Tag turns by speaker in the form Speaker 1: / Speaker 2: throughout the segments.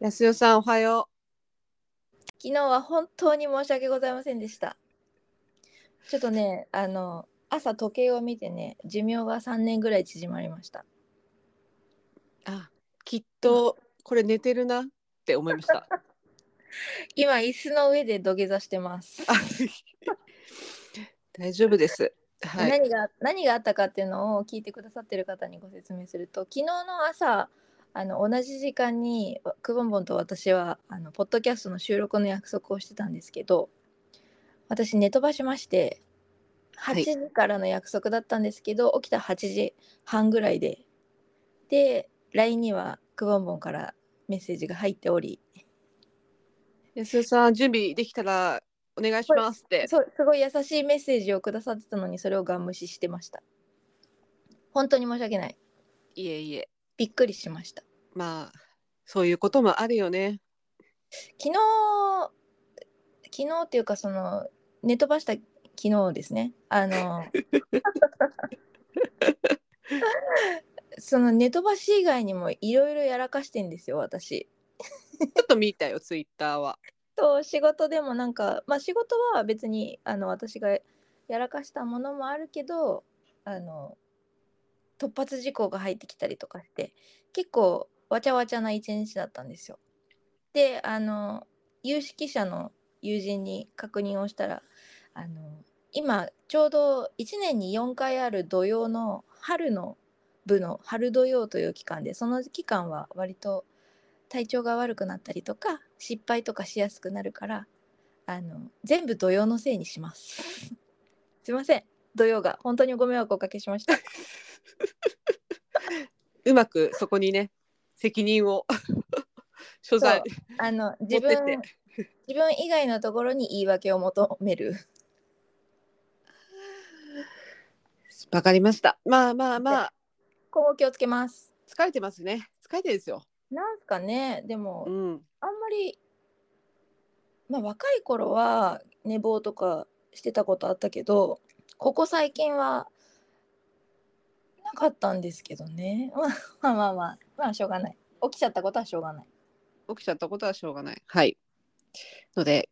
Speaker 1: 安代さんおはよ
Speaker 2: 昨日は本当に申し訳ございませんでした。ちょっとね、あの朝時計を見てね、寿命が3年ぐらい縮まりました。
Speaker 1: う。あ、きっとこれ寝てるなって思いました。
Speaker 2: 今椅子の上で土下座してます。
Speaker 1: あ大丈夫です。はい。
Speaker 2: 何が何があったかっていうのを聞いてくださってる方にご説明すると、昨日の朝あの同じ時間にわくぼんぼんと私はあのポッドキャストの収録の約束をしてたんですけど、私寝飛ばしまして。
Speaker 1: はい
Speaker 2: 8時からの約束だったんですけど、起きた8時半ぐらいでで LINE にはくぼんぼんからメッセージが入っており
Speaker 1: 安代さん準備できたらお願いしますって。
Speaker 2: そうすごい優しいメッセージをくださってたのにそれをガン無視してました本当に申し訳ない
Speaker 1: いえいえ。
Speaker 2: びっくりしました
Speaker 1: まあそういうこともあるよね。
Speaker 2: 昨日昨日っていうかその寝飛ばした昨日ですねあのその寝飛ばし以外にもいろいろやらかしてんですよ私
Speaker 1: ちょっと見たよツイッターは。
Speaker 2: と仕事でもなんか、まあ、仕事は別にあの私がやらかしたものもあるけどあの突発事項が入ってきたりとかして結構わちゃわちゃな一日だったんですよ。であの有識者の友人に確認をしたらあの今ちょうど1年に4回ある土曜の春の部の春土曜という期間でその期間は割と体調が悪くなったりとか失敗とかしやすくなるからあの全部土曜のせいにします すいません土曜が本当にご迷惑をおかけしました
Speaker 1: うまくそこにね責任 を所在
Speaker 2: あの
Speaker 1: 持
Speaker 2: 自
Speaker 1: って
Speaker 2: 分
Speaker 1: って。
Speaker 2: 自分以外のところに言い訳を求 める
Speaker 1: わかりました。まあまあまあ
Speaker 2: 今後気をつけます
Speaker 1: 疲れてますね。疲れてるんですよ。
Speaker 2: なんすかねでも、
Speaker 1: うん。
Speaker 2: あんまりまあ若い頃は寝坊とかしてたことあったけどここ最近はなかったんですけどね まあまあまあまあしょうがない起きちゃったことはしょうがない
Speaker 1: 起きちゃったことはしょうがない。はい。ので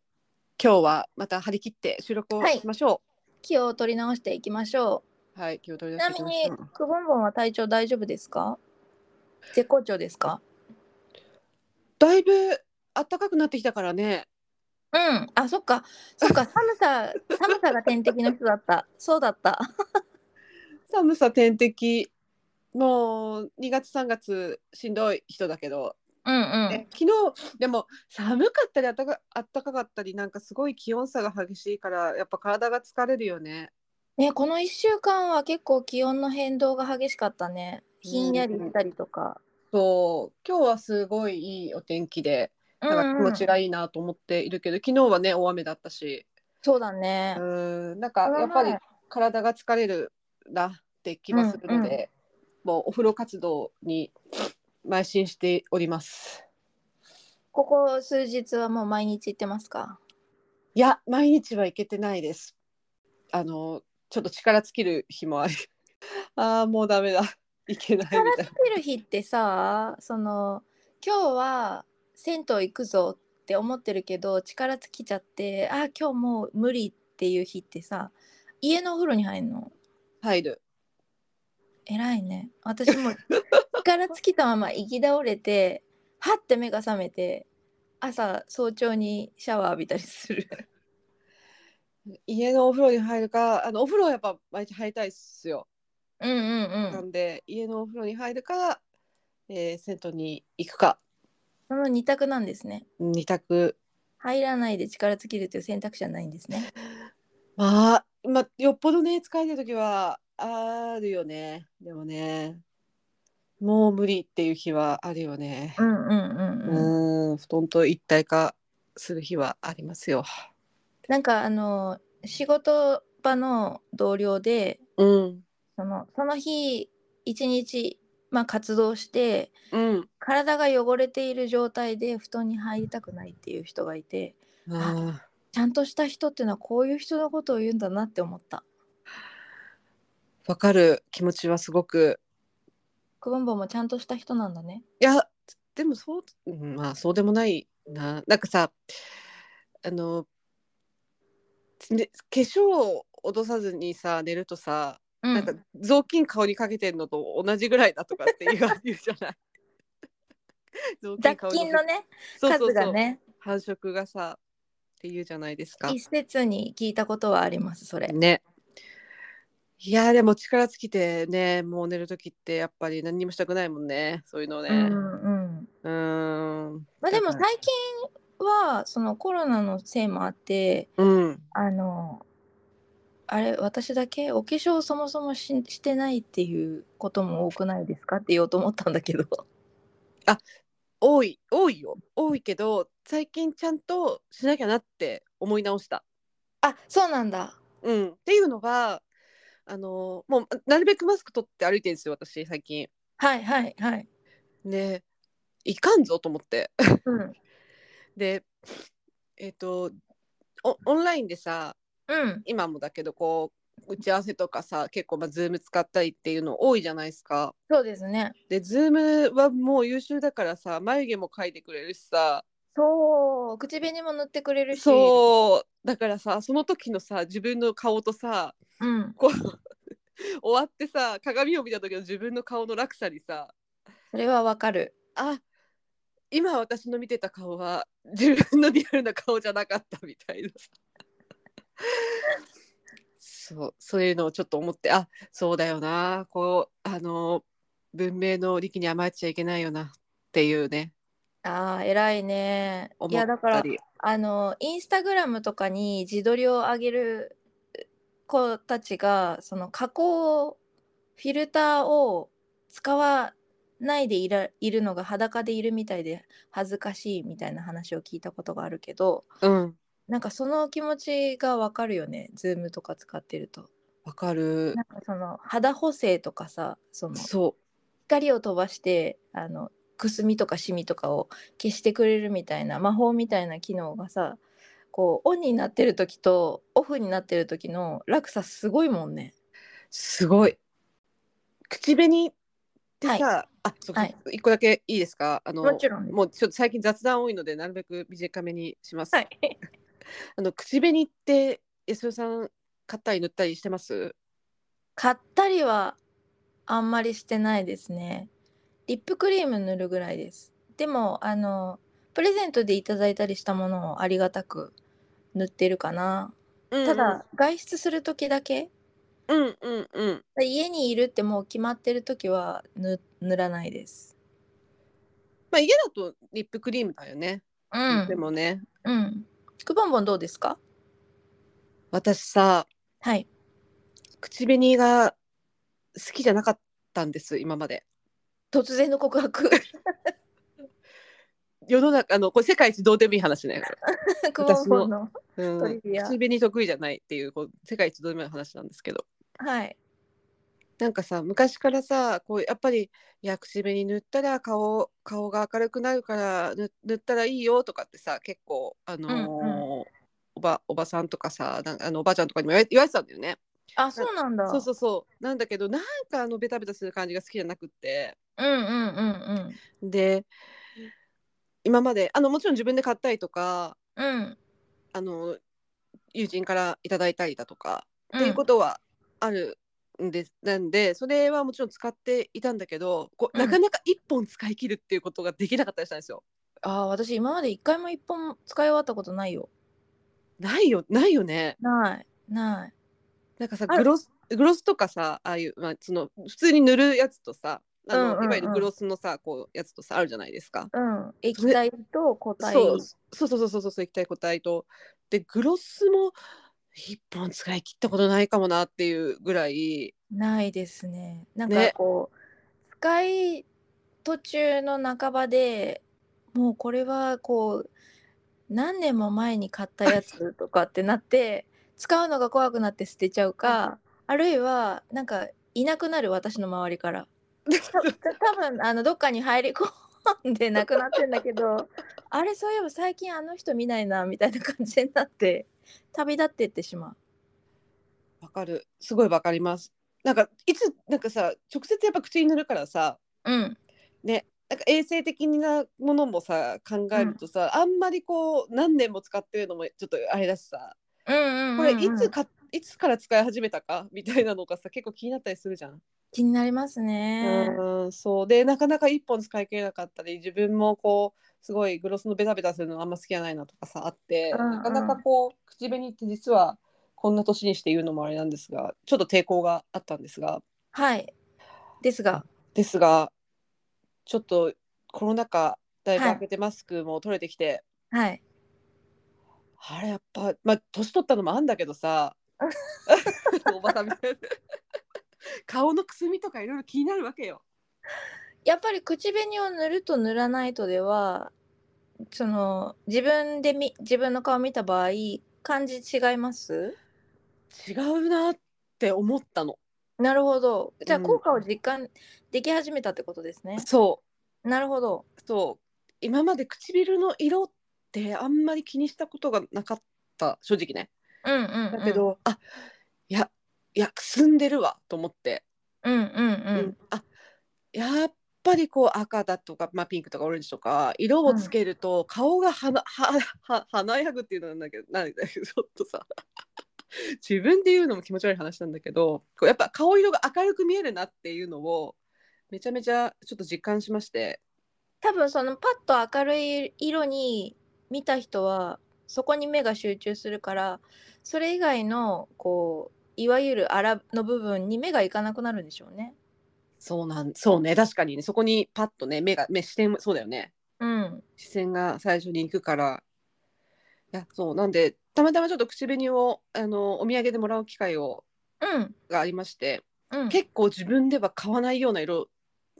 Speaker 1: 今日はまた張り切って収録を
Speaker 2: はい
Speaker 1: しましょ
Speaker 2: 気を取り直していきましょ
Speaker 1: う。はい。気を取
Speaker 2: う
Speaker 1: り
Speaker 2: ち
Speaker 1: 出し
Speaker 2: な
Speaker 1: てい
Speaker 2: み
Speaker 1: きま
Speaker 2: に
Speaker 1: しょう
Speaker 2: くぼんぼんは体調大丈夫ですか絶好調ですか
Speaker 1: だいぶ暖かくなってきたからね。
Speaker 2: うんあそっかそっか寒さ寒さが天敵の人だったそうだった
Speaker 1: 寒さ天敵。もう2月3月しんどい人だけど、
Speaker 2: うんうん、
Speaker 1: ね昨日でも寒かったりあったかあったかかったりなんかすごい気温差が激しいからやっぱ体が疲れるよね。
Speaker 2: ね、この1週間は結構気温の変動が激しかったね。ひんやりしたりとか。
Speaker 1: そう今日はすごいいいお天気で
Speaker 2: う
Speaker 1: なんか
Speaker 2: ん
Speaker 1: 気
Speaker 2: う
Speaker 1: 持
Speaker 2: ん、
Speaker 1: ちがいいなと思っているけど、昨日はね大雨だったし
Speaker 2: そうだね
Speaker 1: う。ーんなんか
Speaker 2: この
Speaker 1: やっぱり
Speaker 2: 前
Speaker 1: 体が疲れるなって気はするので、もうお風呂活動に邁進しております
Speaker 2: ここ数日はもう毎日行ってますか
Speaker 1: いや毎日は行けてないですあのちょっと力尽きる日もある あーもうダメだ行けないみたいな
Speaker 2: 来る日ってさ、その、今日は銭湯行くぞって思ってるけど、力尽きちゃって、あー、今日もう無理っていう日ってさ、家のお風呂に入るの
Speaker 1: 入る
Speaker 2: 偉いね。私も力尽きたまま行き倒れて、はって目が覚めて、朝早朝にシャワー浴びたりする。
Speaker 1: 家のお風呂に入るかあのお風呂はやっぱ毎日入りたいっすよ
Speaker 2: うんうんう。
Speaker 1: なんんで家のお風呂に入るか、えー、銭湯に行くか
Speaker 2: その二択なんですね。
Speaker 1: 二択
Speaker 2: 入らないで力尽きるという選択肢はないんですね。
Speaker 1: まあ、まあ、よっぽどね疲れてる時はあるよねでもねもう無理っていう日はあるよね
Speaker 2: うんうんうんうん。
Speaker 1: うん布団と一体化する日はありますよ
Speaker 2: なんかあの仕事場の同僚で、
Speaker 1: うん
Speaker 2: そのその日一日まあ活動して
Speaker 1: うん
Speaker 2: 体が汚れている状態で布団に入りたくないっていう人がいて、
Speaker 1: あー
Speaker 2: ちゃんとした人っていうのはこういう人のことを言うんだなって思った。
Speaker 1: わかる気持ちはすごく
Speaker 2: くぼんぼんもちゃんとした人なんだね。
Speaker 1: いやでもそう、うんまあそうでもないな。なんかさ、あの、ね、化粧を落とさずにさ、寝るとさ、
Speaker 2: うん
Speaker 1: なんか雑巾顔にかけてんのと同じぐらいだとかって言う言うじゃ ない。雑
Speaker 2: 雑
Speaker 1: 顔に
Speaker 2: 菌のね
Speaker 1: そうそうそう
Speaker 2: 数がね
Speaker 1: 繁殖がさっていうじゃないですか。
Speaker 2: 一説に聞いたことはありますそれ。
Speaker 1: ね。いやーでも力尽きてねもう寝る時ってやっぱり何にもしたくないもんねそういうのね。
Speaker 2: うんうん
Speaker 1: うーん。
Speaker 2: まあ、で
Speaker 1: だ
Speaker 2: も最
Speaker 1: から
Speaker 2: 近はそのコロナのせいもあって
Speaker 1: うん。
Speaker 2: あのあれ私だけお化粧そもそもししてないっていうことも多くないですかって言おうと思ったんだけど
Speaker 1: 多い多いよ多いけど最近ちゃんとしなきゃなって思い直した。
Speaker 2: あそうなんだ
Speaker 1: うん、っていうのがあのもうなるべくマスク取って歩いてるんですよ私最近。
Speaker 2: はいはいはい、
Speaker 1: ねいかんぞと思って。
Speaker 2: うん、
Speaker 1: でえっ、とおオンラインでさ
Speaker 2: うん
Speaker 1: 今もだけどこう打ち合わせとかさ結構まあ Zoom 使ったりっていうの多いじゃないですか。
Speaker 2: そうですね
Speaker 1: で Zoom はもう優秀だからさ眉毛も描いてくれるしさ
Speaker 2: そう口紅も塗ってくれるし
Speaker 1: そうだからさその時のさ自分の顔とさ
Speaker 2: う、うん、
Speaker 1: こう終わってさ鏡を見た時の自分の顔の落差にさ
Speaker 2: それはわかる
Speaker 1: あ今私の見てた顔は自分のリアルな顔じゃなかったみたいなさそうそういうのをちょっと思ってあそうだよなこうあの文明の力に甘えちゃいけないよなっていうね
Speaker 2: あー偉いねい
Speaker 1: 思
Speaker 2: や
Speaker 1: っ
Speaker 2: だか
Speaker 1: た
Speaker 2: ら
Speaker 1: り
Speaker 2: あのインスタグラムとかに自撮りを上げる子たちがその加工フィルターを使わないでいらいるのが裸でいるみたいで恥ずかしいみたいな話を聞いたことがあるけど
Speaker 1: うん
Speaker 2: なんかその気持ちがわかるよねズームとか使ってると。
Speaker 1: わかる
Speaker 2: なんかその肌補正とかさその
Speaker 1: そ
Speaker 2: 光を飛ばしてあのくすみとかシミとかを消してくれるみたいな魔法みたいな機能がさこうオンになってる時とオフになってる時の落差すごいもんね。
Speaker 1: うすごい口紅ってさ、あそう
Speaker 2: はい
Speaker 1: 一個だけいいですかあの
Speaker 2: もちろんです
Speaker 1: もうちょっと最近雑談多いのでなるべく短めにします、
Speaker 2: はい、
Speaker 1: あの口紅って安代さん買ったり塗ったりしてます
Speaker 2: 買ったりはあんまりしてないですね。リップクリーム塗るぐらいです。でもあのプレゼントでいただいたりしたものをありがたく塗ってるかな。ただ外出する時だけ
Speaker 1: うんうんうん
Speaker 2: 家にいるってもう決まってる時は塗塗らないです。
Speaker 1: まあ家だとリップクリームだよね、
Speaker 2: うん
Speaker 1: でもね
Speaker 2: うん。クボンボンどうですか？
Speaker 1: 私さ
Speaker 2: はい。
Speaker 1: 口紅が好きじゃなかったんです今まで
Speaker 2: 突然の告 白。
Speaker 1: 世の中あのこれ世界一どうでもいい話 ね、
Speaker 2: クボンボンの。
Speaker 1: うん、
Speaker 2: トリ
Speaker 1: 口
Speaker 2: ビア
Speaker 1: 紅得意じゃないっていうこう世界一どうでもいい話なんですけど
Speaker 2: はい。
Speaker 1: なんかさ昔からさこうやっぱり「いや口紅塗ったら顔顔が明るくなるから塗塗ったらいいよ」とかってさ結構あのー
Speaker 2: うん
Speaker 1: おばおばさんとかさなんあのおばあちゃんとかにも言われ言われてたんだよね。
Speaker 2: あ、そうなんだ。
Speaker 1: そうそうそうなんだけどなんかあのベタベタする感じが好きじゃなくって
Speaker 2: うんうんうん
Speaker 1: で今まであのもちろん自分で買ったりとか
Speaker 2: うん。うん。
Speaker 1: あの友人からいただいたりだとか
Speaker 2: う
Speaker 1: っ
Speaker 2: ん
Speaker 1: ていうことはあるんです、なんでそれはもちろん使っていたんだけどこう
Speaker 2: うん
Speaker 1: なかなか1本使い切るっていうことができなかったりしたんですよ。
Speaker 2: あー、私今まで一回も一本も使い終わったことないよ。
Speaker 1: ないよないよね。
Speaker 2: ないない。
Speaker 1: なんかさ
Speaker 2: ある
Speaker 1: グロスグロスとかさああいう、まあ、その普通に塗るやつとさあの、
Speaker 2: うんうんうん
Speaker 1: いわゆるグロスのさこうやつとさあるじゃないですか。
Speaker 2: うん。液体と固体。
Speaker 1: そうそうそうそうそうそう液体固体と。でグロスも1本使い切ったことないかもなっていうぐらい。
Speaker 2: ないですね。なんか
Speaker 1: ね
Speaker 2: こう、使い途中の半ばでもうこれはこう何年も前に買ったやつとかってなって使うのが怖くなって捨てちゃうかあるいはなんかいなくなる私の周 りからた多分あのどっかに入り込んでなくなってんだけどあれそういえば最近あの人見ないなみたいな感じになって旅立ってってしまう。
Speaker 1: わかる。すごいわかります。なんかいつなんかさ直接やっぱ口に塗るからさ
Speaker 2: うん
Speaker 1: ねなんか衛生的なものもさ考えるとさ、あんまりこう何年も使ってるのもちょっとあれだしさ
Speaker 2: うんうん
Speaker 1: こ
Speaker 2: うんう
Speaker 1: れ
Speaker 2: ん
Speaker 1: いつか、いつから使い始めたか みたいなのがさ結構気になったりするじゃん。
Speaker 2: 気になりますね。
Speaker 1: うんそうでなかなか一本使い切れなかったり自分もこうすごいグロスのベタベタするのあんま好きじゃないなとかさあって、
Speaker 2: うんうん
Speaker 1: なかなかこう口紅って実はこんな年にして言うのもあれなんですがちょっと抵抗があったんですが
Speaker 2: はい。ですが、
Speaker 1: ですがちょっとコロナ禍だいぶ
Speaker 2: はい
Speaker 1: 明けてマスクも取れてきて、
Speaker 2: はい。
Speaker 1: あれやっぱまあ年取ったのもあんだけど さおばさんみたいな顔のくすみとかいろいろ気になるわけよ。
Speaker 2: やっぱり口紅を塗ると塗らないとでは、その自分でみ自分の顔見た場合、感じ違います？
Speaker 1: 違うなって思ったの。
Speaker 2: なるほど。じゃあ
Speaker 1: うん
Speaker 2: 効果を実感でき始めたってことですね。
Speaker 1: そう
Speaker 2: なるほど。
Speaker 1: そう今まで唇の色ってあんまり気にしたことがなかった正直ね
Speaker 2: うんうん、うん。
Speaker 1: だけど、あいやいやくすんでるわと思って、
Speaker 2: うんう
Speaker 1: う
Speaker 2: んう。
Speaker 1: んあやっぱりこう赤だとか、まあ、ピンクとかオレンジとか色をつけると顔がはな、はは華やぐっていうのなんだけどなんだけどちょっとさ 自分で言うのも気持ち悪い話なんだけどこうやっぱ顔色が明るく見えるなっていうのをめちゃめちゃちょっと実感しまして
Speaker 2: 多分そのパッと明るい色に見た人はそこに目が集中するからそれ以外のこういわゆるあらの部分に目がいかなくなるんでしょうね。
Speaker 1: そうなんそうね確かにねそこにパッとね目が目視点もそうだよね
Speaker 2: うん、
Speaker 1: 視線が最初に行くからいやそうなんでたまたまちょっと口紅をあのお土産でもらう機会を
Speaker 2: うん、
Speaker 1: がありまして、
Speaker 2: うん。
Speaker 1: 結構自分では買わないような色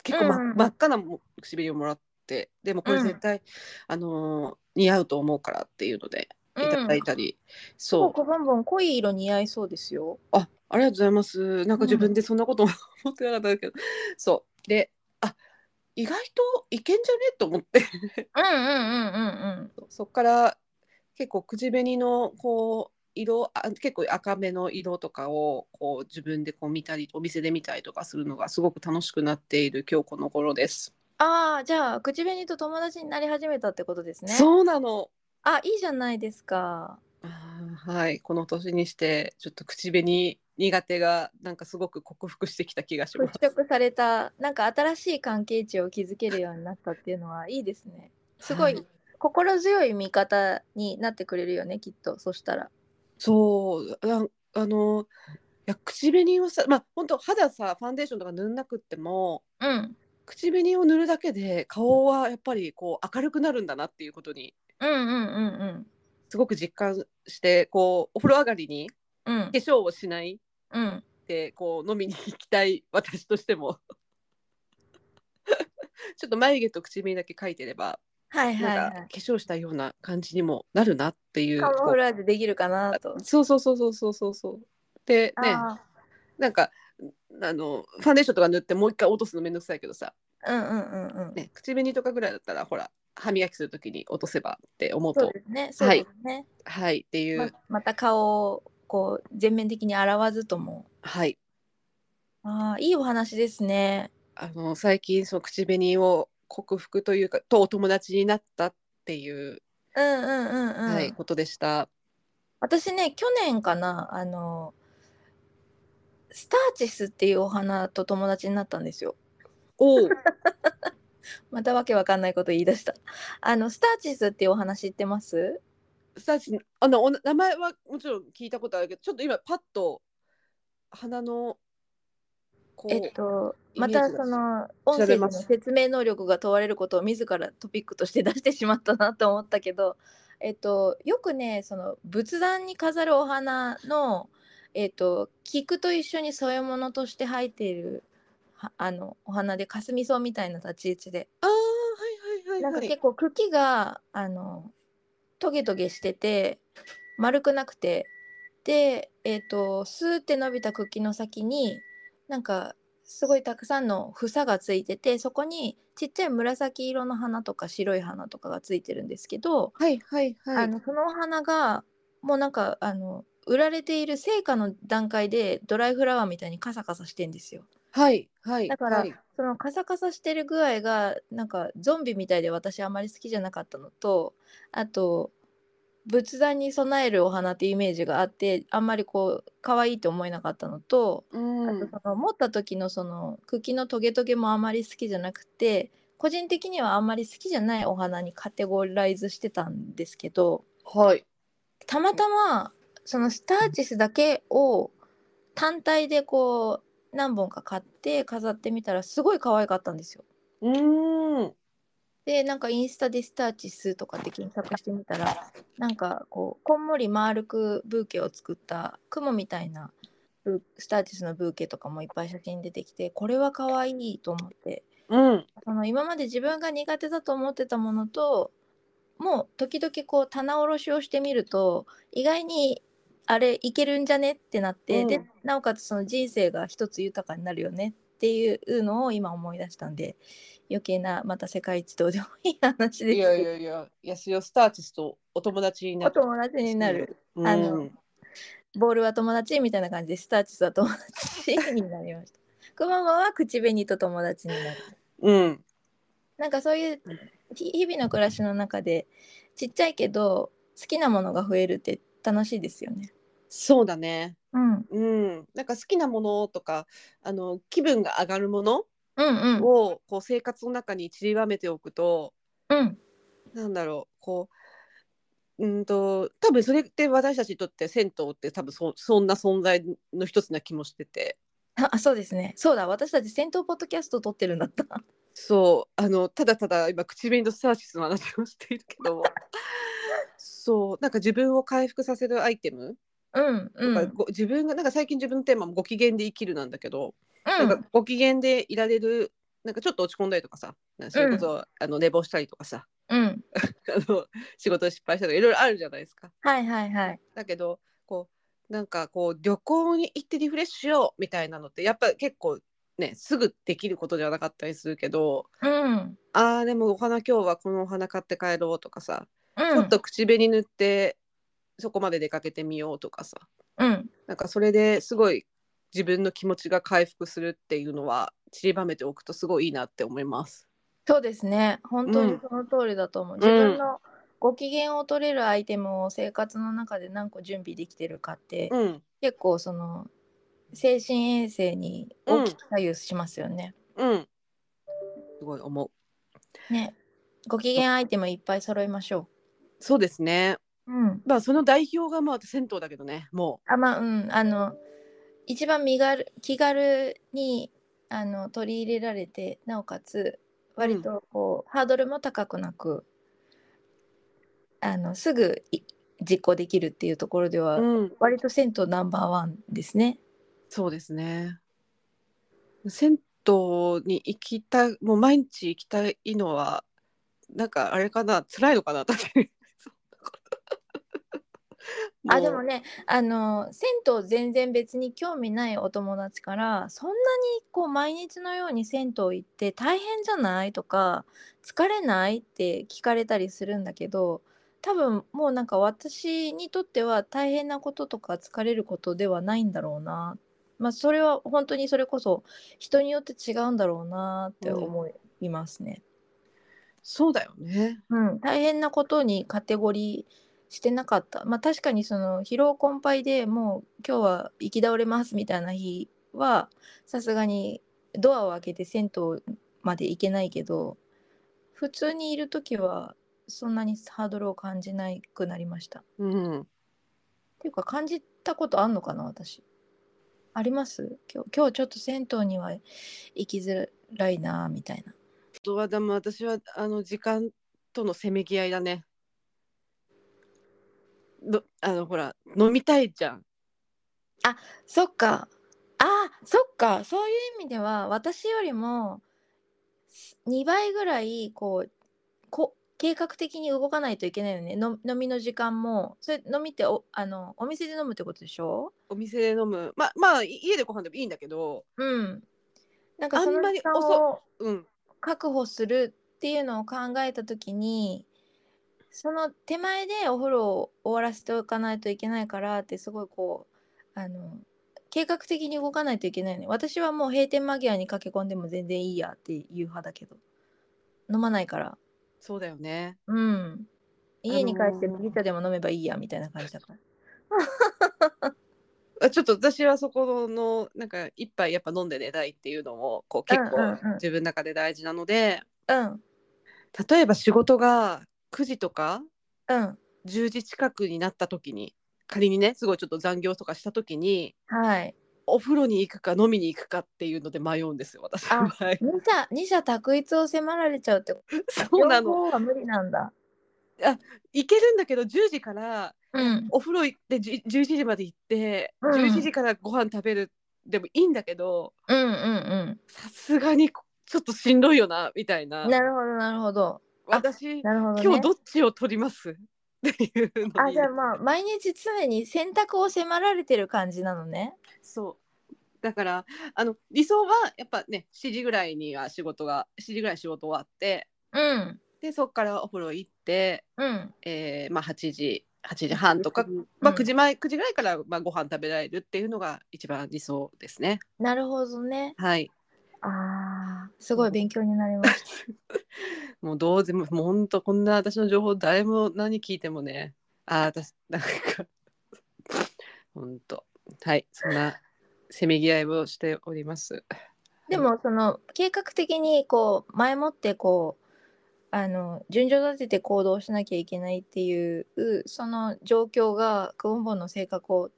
Speaker 1: 結構、ま
Speaker 2: うんうん
Speaker 1: 真っ赤なも口紅をもらってでもこれ絶対、あのー似合うと思うからっていうのでいただいたり、
Speaker 2: 構
Speaker 1: そう
Speaker 2: こボンボン濃い色似合いそうですよ。
Speaker 1: あ、ありがとうございます。なんか自分でそんなこと思ってなかったんだけど、そう。で、あ、意外といけんじゃねと思って、
Speaker 2: うんうんうんうん
Speaker 1: そっから結構口紅のこう色、あ、結構赤めの色とかをこう自分でこう見たり、お店で見たりとかするのがすごく楽しくなっている今日この頃です。
Speaker 2: ああじゃあ口紅と友達になり始めたってことですね。
Speaker 1: そうなの。
Speaker 2: あいいじゃないですか。
Speaker 1: あーはい、この年にしてちょっと口紅苦手がなんかすごく克服してきた気がしま
Speaker 2: 払
Speaker 1: す。
Speaker 2: 拭されたなんか新しい関係値を築けるようになったっていうのはいいですね。すご
Speaker 1: はい
Speaker 2: 心強い味方になってくれるよねきっとそしたら。
Speaker 1: そうああのいや口紅をさまあ本当肌さファンデーションとか塗んなくっても
Speaker 2: うん
Speaker 1: 口紅を塗るだけで顔はやっぱりこう明るくなるんだなっていうことに
Speaker 2: うんうんうん
Speaker 1: すごく実感してこうお風呂上がりに
Speaker 2: うんう
Speaker 1: 化
Speaker 2: ん
Speaker 1: 粧をしない
Speaker 2: うん
Speaker 1: でこう飲みに行きたい私としてもちょっと眉毛と口紅だけ描いてれば、
Speaker 2: はいはい
Speaker 1: な
Speaker 2: は
Speaker 1: んか
Speaker 2: い。
Speaker 1: 化粧したような感じにもなるなっていう
Speaker 2: カモフラージュできるかなと
Speaker 1: こう。そうそうそうそうそうそうそうでね
Speaker 2: あ
Speaker 1: なんかあのファンデーションとか塗ってもう一回落とすのめんどくさいけどさ、
Speaker 2: ーうんうんうんうん。
Speaker 1: ね、口紅とかぐらいだったらほら歯磨きするときに落とせばって思う
Speaker 2: そう
Speaker 1: と
Speaker 2: ですねそうですね。
Speaker 1: はいっていう、
Speaker 2: ままた顔をこう全面的に洗わずとも。
Speaker 1: はい
Speaker 2: ああいいお話ですね。
Speaker 1: あの最近その口紅を克服というかとお友達になったっていう、
Speaker 2: うんうんうんうん。
Speaker 1: はい、ことでした。
Speaker 2: 私ね去年かなあのスターチスっていうお花と友達になったんですよ
Speaker 1: おう
Speaker 2: またわけわかんないこと言い出したあのスターチスっていうお花知ってます
Speaker 1: さしあのお名前はもちろん聞いたことあるけどちょっと今パッと鼻のこう、
Speaker 2: えっと
Speaker 1: イメ
Speaker 2: ま
Speaker 1: ージが
Speaker 2: たその音
Speaker 1: 調べ
Speaker 2: 声で
Speaker 1: ま
Speaker 2: の
Speaker 1: す
Speaker 2: 説明能力が問われることを自らトピックとして出してしまったなと思ったけどえっとよくねその仏壇に飾るお花のえっと菊と一緒に添え物として入っているはあのお花でかすみ草みたいな立ち位置で
Speaker 1: ああはいはい
Speaker 2: なん
Speaker 1: は
Speaker 2: か
Speaker 1: いはい
Speaker 2: 結構茎があのトゲトゲしてて丸くなくてでえっ、とスーって伸びた茎の先になんかすごいたくさんの房がついててそこにちっちゃい紫色の花とか白い花とかがついてるんですけど、
Speaker 1: はいはいは
Speaker 2: あ
Speaker 1: い
Speaker 2: のそのお花がもうなんかあの売られている生花の段階でドライフラワーみたいにカサカサしてんですよ。
Speaker 1: はいはい
Speaker 2: だから
Speaker 1: はい
Speaker 2: そのカサカサしてる具合がなんかゾンビみたいで私あまり好きじゃなかったのとあと仏壇に供えるお花っていうイメージがあってあんまりこう可愛いと思えなかったのと、
Speaker 1: うん、
Speaker 2: あとその持った時のその茎のトゲトゲもあまり好きじゃなくて個人的にはあんまり好きじゃないお花にカテゴライズしてたんですけど
Speaker 1: はい
Speaker 2: たまたまそのスターチスだけを単体でこう何本か買って飾ってみたらすごい可愛かったんですよ。
Speaker 1: うーん
Speaker 2: でなんかインスタでスターチスとかって検索してみたらなんかこうこんもり丸くブーケを作った雲みたいなブースターチスのブーケとかもいっぱい写真出てきてこれは可愛いと思って
Speaker 1: うん
Speaker 2: その今まで自分が苦手だと思ってたものともう時々こう棚卸しをしてみると意外にあれいけるんじゃねってなって、
Speaker 1: うん
Speaker 2: でなおかつその人生が一つ豊かになるよねっていうのを今思い出したんで余計なまた世界一どうでもいい話です
Speaker 1: いやいやいや安代スターチスとお友達にな
Speaker 2: お
Speaker 1: る
Speaker 2: 友達になる、
Speaker 1: うん、
Speaker 2: あのボールは友達みたいな感じでスターチスは友達になりました。くまモンは口紅と友達になる
Speaker 1: うん
Speaker 2: なんかそういうひ日々の暮らしの中でちっちゃいけど好きなものが増えるって楽しいですよね。
Speaker 1: そうだね
Speaker 2: うん、
Speaker 1: うんなんか好きなものとかあの気分が上がるもの
Speaker 2: うんうん
Speaker 1: をこう生活の中に散りばめておくと
Speaker 2: うん
Speaker 1: なんだろうこううんと多分それって私たちにとって銭湯って多分そそんな存在の一つな気もしてて
Speaker 2: ああそうですねそうだ私たち戦闘ポッドキャスト撮ってるんだった
Speaker 1: そうあのただただ今口紅とサーチスの話をしているけどそうなんか自分を回復させるアイテム、
Speaker 2: うんうん
Speaker 1: なんかご自分がなんか最近自分のテーマもご機嫌で生きるなんだけど、
Speaker 2: うん
Speaker 1: なんかご機嫌でいられるなんかちょっと落ち込んだりとかさなんかそれこそ、あの寝坊したりとかさ
Speaker 2: うん
Speaker 1: あの仕事で失敗したとかいろいろあるじゃないですか。
Speaker 2: はいはいはい
Speaker 1: だけどこうなんかこう旅行に行ってリフレッシュしようみたいなのってやっぱ結構ねすぐできることではなかったりするけど
Speaker 2: うん
Speaker 1: あーでもお花今日はこのお花買って帰ろうとかさ、
Speaker 2: うん
Speaker 1: ちょっと口紅塗ってそこまで出かけてみようとかさ
Speaker 2: うん
Speaker 1: なんかそれですごい自分の気持ちが回復するっていうのは散りばめておくとすごいいいなって思います。
Speaker 2: そうですね本当
Speaker 1: う
Speaker 2: に
Speaker 1: ん
Speaker 2: その通りだと思う、
Speaker 1: ん
Speaker 2: 自分のご機嫌を取れるアイテムを生活の中で何個準備できてるかって、
Speaker 1: うん、
Speaker 2: 結構その精神衛生に大きく左右しますよね。
Speaker 1: うん、すごい思う。
Speaker 2: ね、ご機嫌アイテムいっぱい揃いましょ
Speaker 1: そうですね。
Speaker 2: う。うん。
Speaker 1: まあその代表がまあ銭湯だけどねも
Speaker 2: あ、まあ、うん、あの、一番身軽、気軽に、あの、取り入れられて、なおかつ、割と、こう、ハードルも高くなく、あの、すぐい実行できるっていうところで
Speaker 1: う、
Speaker 2: は、
Speaker 1: うん、
Speaker 2: 割と銭湯ナンバーワンですね。
Speaker 1: そうですね。銭湯に行きたい、もう毎日行きたいのは、なんかあれかな、辛いのかな、私。そんなこと
Speaker 2: あ、でも。ね、あの、銭湯全然別に興味ないお友達から、そんなにこう毎日のように銭湯行って大変じゃないとか、疲れないって聞かれたりするんだけど、多分もうなんか私にとっては大変なこととか疲れることではないんだろうな。まあそれは本当にそれこそ人によって違うんだろうなって
Speaker 1: うん
Speaker 2: 思いますね。
Speaker 1: そうだよね。
Speaker 2: うん、大変なことにカテゴリーしてなかった。まあ確かにその疲労困憊でもう今日は行き倒れますみたいな日はさすがにドアを開けて銭湯まで行けないけど普通にいる時はそんなにハードルを感じなくなりました。っ
Speaker 1: うん。
Speaker 2: ていうか感じたことあんのかな私。あります今日今日ちょっと銭湯には行きづらいなみたいな。
Speaker 1: あとは、でも、私は、あの時間とのせめぎ合いだね。の、あの、ほら、飲みたいじゃん。
Speaker 2: そっか。あ、そっか。そういう意味では、私よりも2倍ぐらいこう、こ、計画的に動かないといけないよね。の飲みの時間も。それ飲みってお、あの、お店で飲むってことでしょ
Speaker 1: お店で飲む、まあ、まあ、い家でご飯でもいいんだけど。
Speaker 2: うん。なんか
Speaker 1: あん
Speaker 2: その
Speaker 1: まり
Speaker 2: 時間
Speaker 1: 遅
Speaker 2: を
Speaker 1: うん。
Speaker 2: 確保するっていうのを考えた時に、その手前でお風呂を終わらせておかないといけないからってすごいこうあの計画的に動かないといけないね私はもう閉店間際に駆け込んでも全然いいやっていう派だけど飲まないから
Speaker 1: そうだよね。
Speaker 2: うん家に帰って
Speaker 1: あのー
Speaker 2: 麦茶でも飲めばいいやみたいな感じだから
Speaker 1: あちょっと私はそこのなんか一杯やっぱ飲んで寝たいっていうのもこう結構
Speaker 2: うんうんうん
Speaker 1: 自分の中で大事なので、
Speaker 2: うん
Speaker 1: 例えば仕事が9時とか
Speaker 2: うん
Speaker 1: 10時近くになった時に仮にねすごいちょっと残業とかした時に
Speaker 2: はい
Speaker 1: お風呂に行くか飲みに行くかっていうので迷うんですよ私の場合
Speaker 2: 二者二者択一を迫られちゃうってこと
Speaker 1: そうな
Speaker 2: 両
Speaker 1: の
Speaker 2: 方は無理なんだ
Speaker 1: 行けるんだけど10時から
Speaker 2: うん
Speaker 1: お風呂行ってじ11時まで行って
Speaker 2: うん
Speaker 1: 11時からご飯食べるでもいいんだけど
Speaker 2: うんうん
Speaker 1: さすがにちょっとしんどいよなみたいうなん
Speaker 2: なるほどなるほど
Speaker 1: 私
Speaker 2: なるほど、ね、
Speaker 1: 今日どっちを取ります っていうの
Speaker 2: あ
Speaker 1: に
Speaker 2: じゃあまあ毎日常に選択を迫られてる感じなのね。
Speaker 1: そうだからあの理想はやっぱね7時ぐらいには仕事が7時ぐらいに仕事終わって
Speaker 2: うん
Speaker 1: でそこからお風呂行って、
Speaker 2: うん。
Speaker 1: えーまあ、8時8時半とか、ま
Speaker 2: ま
Speaker 1: あ、9時前9時ぐらいからまあご飯食べられるっていうのが一番理想ですね
Speaker 2: なるほどね。
Speaker 1: はい
Speaker 2: ああすごい勉強になりました。
Speaker 1: もうどうでももうほんとこんな私の情報誰も何聞いてもねあー私なんか ほんとはいそんなせめぎ合いをしております
Speaker 2: でもその計画的にこう前もってこうあの順序立てて行動しなきゃいけないっていうその状況がクボンボンの性格を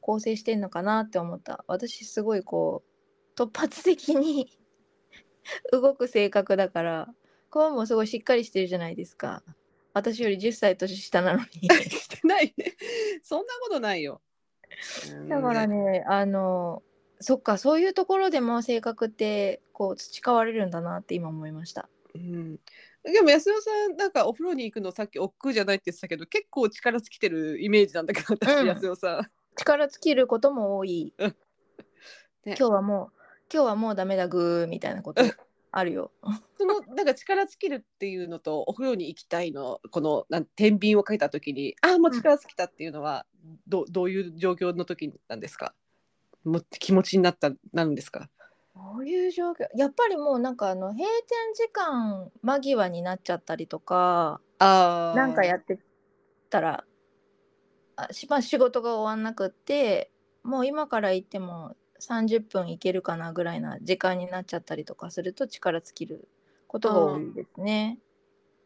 Speaker 2: 構成してんのかなって思った。私すごいこう突発的に 動く性格だからクボンボンすごいしっかりしてるじゃないですか。私より10歳年下なのに。
Speaker 1: してないね。 そんなことないよ。
Speaker 2: だから
Speaker 1: うん。
Speaker 2: ね、あの、そっか、そういうところでも性格って、こう培われるんだなって今思いました。
Speaker 1: うんでも安代さんなんかお風呂に行くのさっき億劫じゃないって言ってたけど結構力尽きてるイメージなんだけど私、
Speaker 2: うん
Speaker 1: 安代さん。
Speaker 2: 力尽きることも多い。
Speaker 1: うんね
Speaker 2: 今日はもう、今日はもうダメだぐーみたいなこと
Speaker 1: うん
Speaker 2: あるよ。
Speaker 1: そのなんか力尽きるっていうのとお風呂に行きたいのこのなん天秤をかけた時にああもう力尽きたっていうのはどどういう状況の時なんですかもう気持ちになったなるんですか
Speaker 2: こういう状況、やっぱりもうなんかあの閉店時間間際になっちゃったりとか、
Speaker 1: あ
Speaker 2: なんかやってたら、あしまあ、仕事が終わんなくってもう今から行っても30分行けるかなぐらいな時間になっちゃったりとかすると力尽きることが多いですね。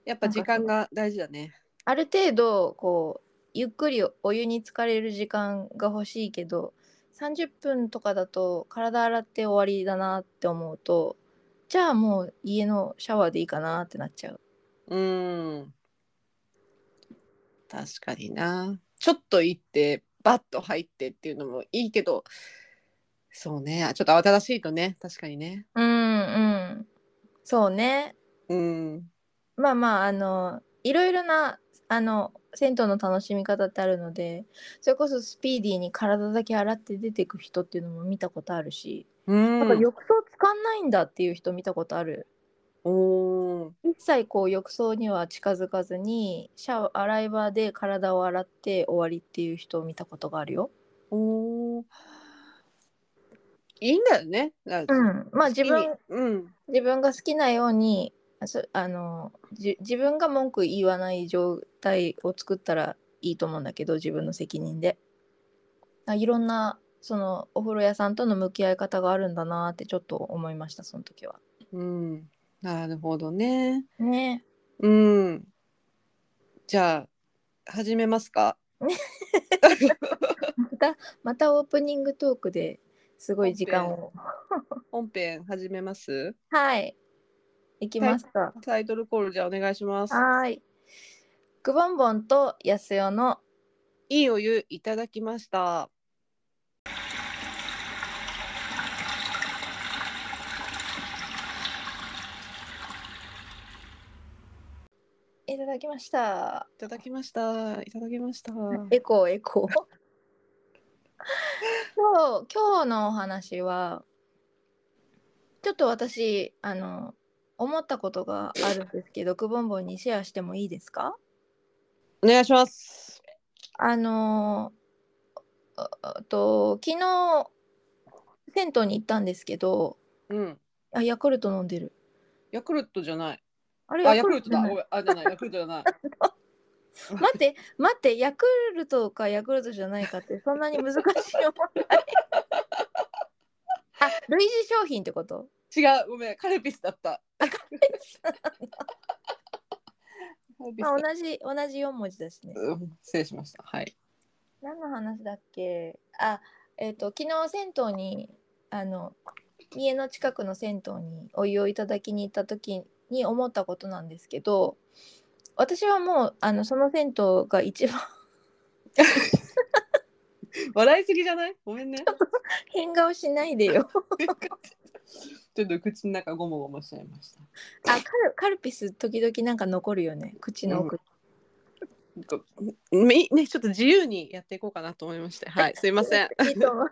Speaker 1: やっぱ時間が大事だね。
Speaker 2: ある程度こうゆっくりお湯に浸かれる時間が欲しいけど30分とかだと体洗って終わりだなって思うとじゃあもう家のシャワーでいいかなってなっちゃう。
Speaker 1: うん。確かにな。ちょっと行って、バッと入ってっていうのもいいけど、そうね、あちょっと慌ただしいとね、確かにね。
Speaker 2: うんうんそうね
Speaker 1: うん。
Speaker 2: まあまああのいろいろなあの銭湯の楽しみ方ってあるのでそれこそスピーディーに体だけ洗って出ていく人っていうのも見たことあるし、
Speaker 1: う
Speaker 2: なんか
Speaker 1: ん。
Speaker 2: 浴槽使んないんだっていう人見たことある
Speaker 1: おー
Speaker 2: 一切こう浴槽には近づかずにシャワー洗い場で体を洗って終わりっていう人を見たことがあるよ。
Speaker 1: おーいいんだよね。なんか
Speaker 2: うん、まあ自分
Speaker 1: 好きにうん。
Speaker 2: 自分が好きなようにあそあのじ自分が文句言わない状態を作ったらいいと思うんだけど自分の責任であいろんなそのお風呂屋さんとの向き合い方があるんだなってちょっと思いましたその時は。
Speaker 1: うん。なるほどね。
Speaker 2: ね
Speaker 1: うん。じゃあ、始めますか。
Speaker 2: またまたオープニングトークですごい時間を。
Speaker 1: 本編始めます。
Speaker 2: はい行きますか。
Speaker 1: タイトルコールじゃあお願いします。
Speaker 2: はーい。くぼんぼんとやすよの
Speaker 1: いいお湯いただきました。
Speaker 2: いただきました。
Speaker 1: いただきました。いただきました。
Speaker 2: エコーエコー今日今日のお話はちょっと私あの思ったことがあるんですけどくぼんぼんにシェアしてもいいですか
Speaker 1: お願いします。
Speaker 2: あのああと昨日銭湯に行ったんですけど
Speaker 1: うん。
Speaker 2: あヤクルト飲んでる
Speaker 1: ヤクルトじゃない。
Speaker 2: あれ
Speaker 1: あ、ヤクルト
Speaker 2: じゃ
Speaker 1: だ。
Speaker 2: ない
Speaker 1: おいあ、じゃない。ヤクルトじゃない。
Speaker 2: 待って待ってヤクルトかヤクルトじゃないかってそんなに難しい問題あ類似商品ってこと
Speaker 1: 違う。ごめん。カルピスだった。カルピス
Speaker 2: ま
Speaker 1: だ
Speaker 2: あ
Speaker 1: った。
Speaker 2: 同じ同じ4文字だしね
Speaker 1: うん失礼しました。はい。
Speaker 2: 何の話だっけあえっ、と昨日銭湯にあの家の近くの銭湯にお湯をいただきに行った時に思ったことなんですけど私はもうあのその銭湯が一番
Speaker 1: 笑いすぎじゃないごめんね。
Speaker 2: 変顔しないでよ
Speaker 1: ちょっと口の中ごもごもしちゃいました。
Speaker 2: あカルカルピス時々なんか残るよね口の奥、
Speaker 1: なんかみね、ちょっと自由にやっていこうかなと思いまして。はい。すいません。
Speaker 2: いいと思う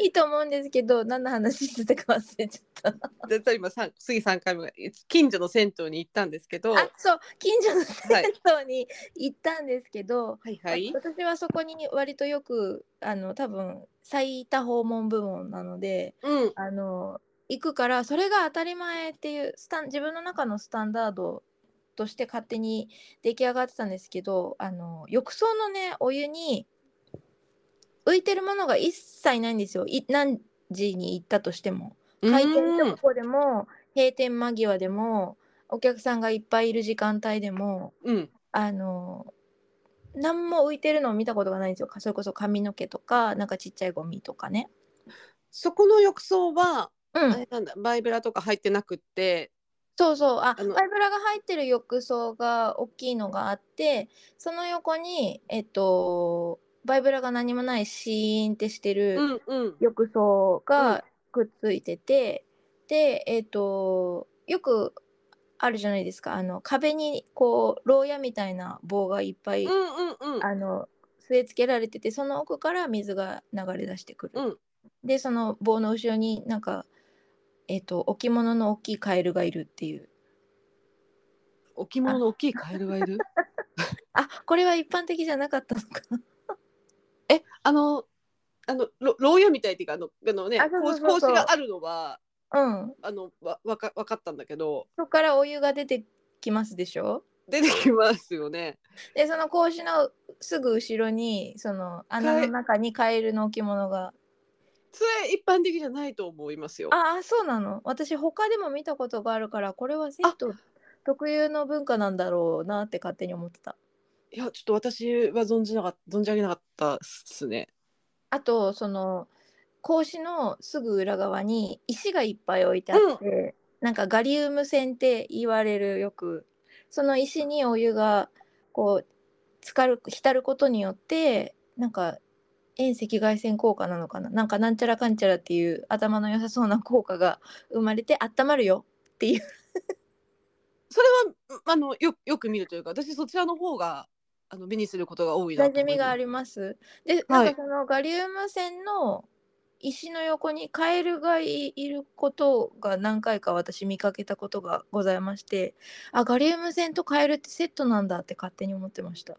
Speaker 2: いいと思うんですけど何の話してたか忘れちゃった
Speaker 1: 絶対今さん次3回目近所の銭湯に行ったんですけど
Speaker 2: あ
Speaker 1: は
Speaker 2: そう近所の銭
Speaker 1: い
Speaker 2: 湯に行ったんですけど、
Speaker 1: いはい
Speaker 2: 私はそこに割とよくあの多分最多訪問部門なので
Speaker 1: うん
Speaker 2: あの行くからそれが当たり前っていうスタン自分の中のスタンダードとして勝手に出来上がってたんですけどあの浴槽のねお湯に浮いてるものが一切ないんですよい何時に行ったとしても。開店直後でも閉店間際でもお客さんがいっぱいいる時間帯でも
Speaker 1: うん
Speaker 2: あの何も浮いてるのを見たことがないんですよそれこそ髪の毛とかなんかちっちゃいゴミとかね
Speaker 1: そこの浴槽は、
Speaker 2: うん
Speaker 1: あれなんだバイブラとか入ってなくって
Speaker 2: そうそうあ
Speaker 1: あの
Speaker 2: バイブラが入ってる浴槽が大きいのがあってその横にえっとバイブラが何もないシーンってして
Speaker 1: う
Speaker 2: る
Speaker 1: んうん
Speaker 2: 浴
Speaker 1: う
Speaker 2: 槽
Speaker 1: ん
Speaker 2: がくっついてて、でえっとよくあるじゃないですかあの壁にこう牢屋みたいな棒がいっぱい
Speaker 1: うんうんうん
Speaker 2: あの据え付けられててその奥から水が流れ出してくる、
Speaker 1: うん
Speaker 2: でその棒の後ろになんかえっ、と置物の大きいカエルがいるっていう
Speaker 1: 置物の大きいカエルがい る
Speaker 2: あこれは一般的じゃなかったのか な
Speaker 1: えあのあのろ牢屋みたいっていうかあのあのね
Speaker 2: あそうそうそう
Speaker 1: 格子格子があるのは
Speaker 2: うん
Speaker 1: あのわわかわかったんだけど
Speaker 2: そこからお湯が出てきますでしょ
Speaker 1: 出てきますよね
Speaker 2: でその格子のすぐ後ろにその穴の中にカエルの置物が
Speaker 1: それ一般的じゃないと思いますよ
Speaker 2: ああそうなの私他でも見たことがあるからこれは銭湯特有の文化なんだろうなって勝手に思ってた
Speaker 1: いやちょっと私は存じなかった存じ上げなかったっすね
Speaker 2: あとその格子のすぐ裏側に石がいっぱい置いてあって、なんかガリウム線って言われるよくその石にお湯がこう浸かる浸ることによってなんか遠赤外線効果なのかななんかなんちゃらかんちゃらっていう頭の良さそうな効果が生まれて温まるよっていう
Speaker 1: それはあのよよく見るというか私そちらの方があの目にすることが多いな
Speaker 2: 馴
Speaker 1: と思
Speaker 2: 染
Speaker 1: い
Speaker 2: みがあ
Speaker 1: り
Speaker 2: ります。で
Speaker 1: は
Speaker 2: ないんかそのガリウム線の石の横にカエルがいいることが何回か私見かけたことがございましてあガリウム線とカエルってセットなんだって勝手に思ってました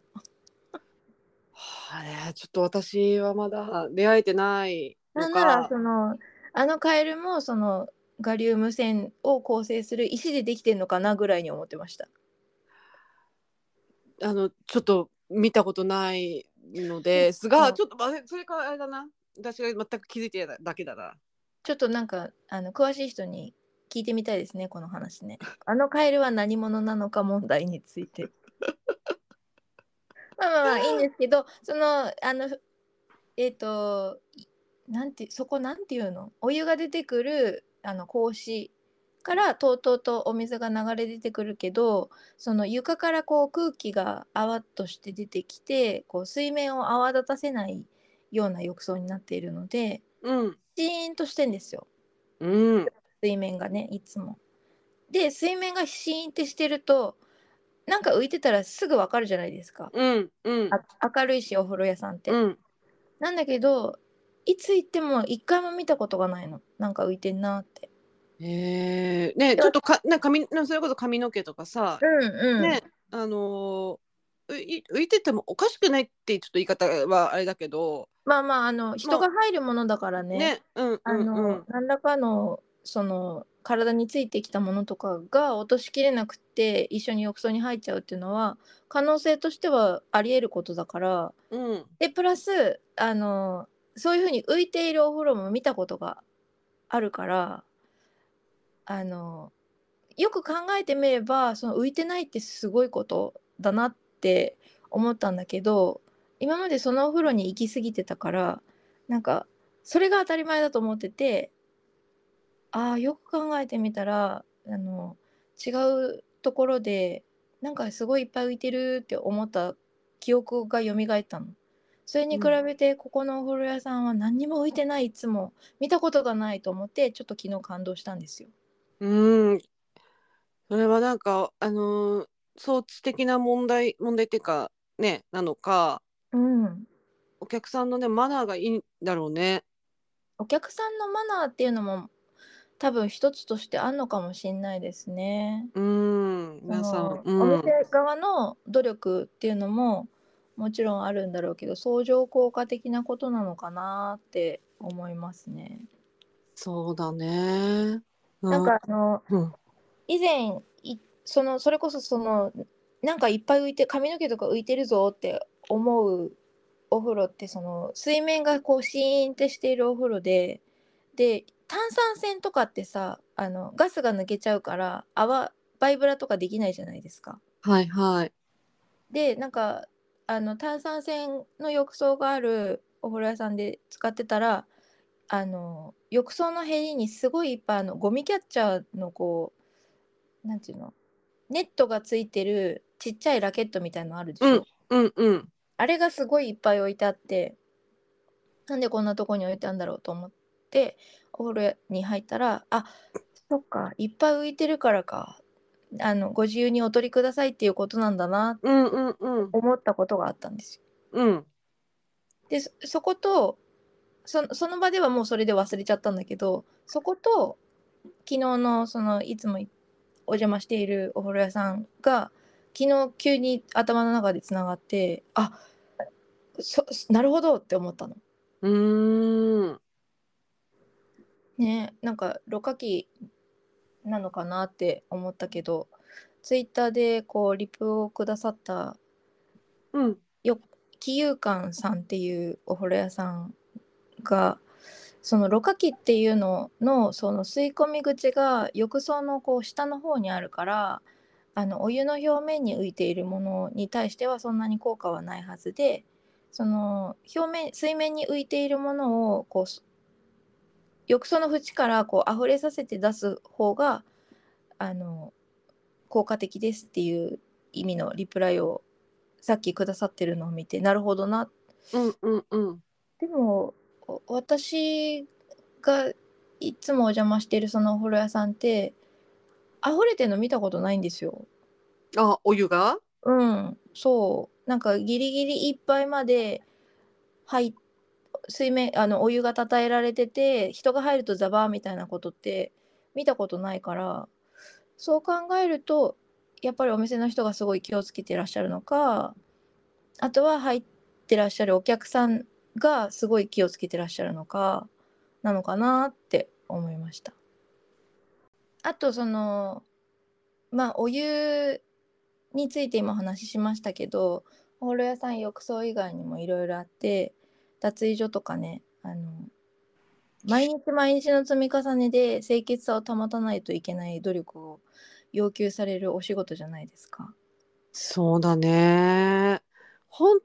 Speaker 1: はあねちょっと私はまだ出会えてないの
Speaker 2: なんなら
Speaker 1: か
Speaker 2: そのあのカエルもそのガリウム線を構成する石でできてんのかなぐらいに思ってました
Speaker 1: あのちょっと見たことないのですが
Speaker 2: うん
Speaker 1: ちょっとまあそれからあれだな私が全く気づいてないだけだな
Speaker 2: ちょっとなんかあの詳しい人に聞いてみたいですねこの話ね。あのカエルは何者なのか問題について。 まあまあまあいいんですけどそのあのえっ、といなんてそこなんていうのお湯が出てくるあの格子からとうとうとお水が流れ出てくるけどその床からこう空気が泡として出てきてこう水面を泡立たせないような浴槽になっているので
Speaker 1: うん
Speaker 2: シーンとしてんですよ。
Speaker 1: うん
Speaker 2: 水面がねいつも。で水面がシーンってしてるとなんか浮いてたらすぐわかるじゃないですか、
Speaker 1: うんうん
Speaker 2: あ明るいしお風呂屋さんって。
Speaker 1: うん
Speaker 2: なんだけどいつ行っても一回も見たことがないのなんか浮いてんなって。
Speaker 1: えー、ねちょっとかな髪なそれこそ髪の毛とかさ
Speaker 2: うんうん、
Speaker 1: ねあのーうい浮いててもおかしくないってちょっと言い方はあれだけど
Speaker 2: まあまああの人が入るものだからね
Speaker 1: ね、うん
Speaker 2: あ
Speaker 1: うん
Speaker 2: の、
Speaker 1: うん
Speaker 2: 何らかのその体についてきたものとかが落としきれなくて一緒に浴槽に入っちゃうっていうのは可能性としてはありえることだから
Speaker 1: うん
Speaker 2: でプラスあのそういうふうに浮いているお風呂も見たことがあるからあのよく考えてみればその浮いてないってすごいことだなって思ったんだけど今までそのお風呂に行き過ぎてたからなんかそれが当たり前だと思っててああよく考えてみたらあの違うところでなんかすごいいっぱい浮いてるって思った記憶が蘇ったの。それに比べてここのお風呂屋さんは何にも浮いてないいつも見たことがないと思ってちょっと昨日感動したんですよ。
Speaker 1: うん、それはなんかあのー装置的な問題問題っていうかねなのか
Speaker 2: うん、
Speaker 1: お客さんのねマナーがいいんだろうね。
Speaker 2: お客さんのマナーっていうのも多分一つとしてあんのかもしれないですね。
Speaker 1: うん皆さん。
Speaker 2: その
Speaker 1: うん
Speaker 2: お店側の努力っていうのももちろんあるんだろうけど相乗効果的なことなのかなって思いますね。
Speaker 1: そうだね。
Speaker 2: なんかあの
Speaker 1: うん、
Speaker 2: 以前いそのそれこそそのなんかいっぱい浮いて髪の毛とか浮いてるぞって思うお風呂ってその水面がこうシーンってしているお風呂でで炭酸泉とかってさあのガスが抜けちゃうから泡バイブラとかできないじゃないですか。
Speaker 1: はいはい。
Speaker 2: でなんかあの炭酸泉の浴槽があるお風呂屋さんで使ってたらあの浴槽のへりにすごいいっぱいあのゴミキャッチャーのこうなんていうのネットがついてるちっちゃいラケットみたいのあるでしょ、
Speaker 1: うんうん。
Speaker 2: あれがすごいいっぱい置いてあってなんでこんなとこに置いたんだろうと思ってお風呂に入ったらあそっかいっぱい浮いてるからかあのご自由にお取りくださいっていうことなんだなって
Speaker 1: うんうんうん。
Speaker 2: 思ったことがあったんですよ
Speaker 1: うん。
Speaker 2: でそそことそその場ではもうそれで忘れちゃったんだけどそこと昨日のそのいつもお邪魔しているお風呂屋さんが昨日急に頭の中でつながってあそなるほどって思ったの。
Speaker 1: うーん。
Speaker 2: ねなんかろ過器なのかなって思ったけどツイッターでこうリプをくださった
Speaker 1: うん。
Speaker 2: 喜友館さんっていうお風呂屋さんがそのろ過器っていうののその吸い込み口が浴槽のこう下の方にあるからあのお湯の表面に浮いているものに対してはそんなに効果はないはずでその表面水面に浮いているものをこうす浴槽の縁からこう溢れさせて出す方があの効果的ですっていう意味のリプライをさっきくださってるのを見てなるほどな
Speaker 1: うんうんうん。
Speaker 2: でもお私がいつもお邪魔してるそのお風呂屋さんって溢れてるの見たことないんですよ。
Speaker 1: あお湯が？
Speaker 2: うん、そうなんかギリギリいっぱいまで入っ水面あのお湯がたたえられてて人が入るとザバーみたいなことって見たことないからそう考えるとやっぱりお店の人がすごい気をつけてらっしゃるのかあとは入ってらっしゃるお客さんがすごい気をつけてらっしゃるのかなのかなって思いました。あとそのまあお湯について今お話ししましたけどお風呂屋さん浴槽以外にもいろいろあって脱衣所とかねあの毎日毎日の積み重ねで清潔さを保たないといけない努力を要求されるお仕事じゃないですか。
Speaker 1: そうだね。本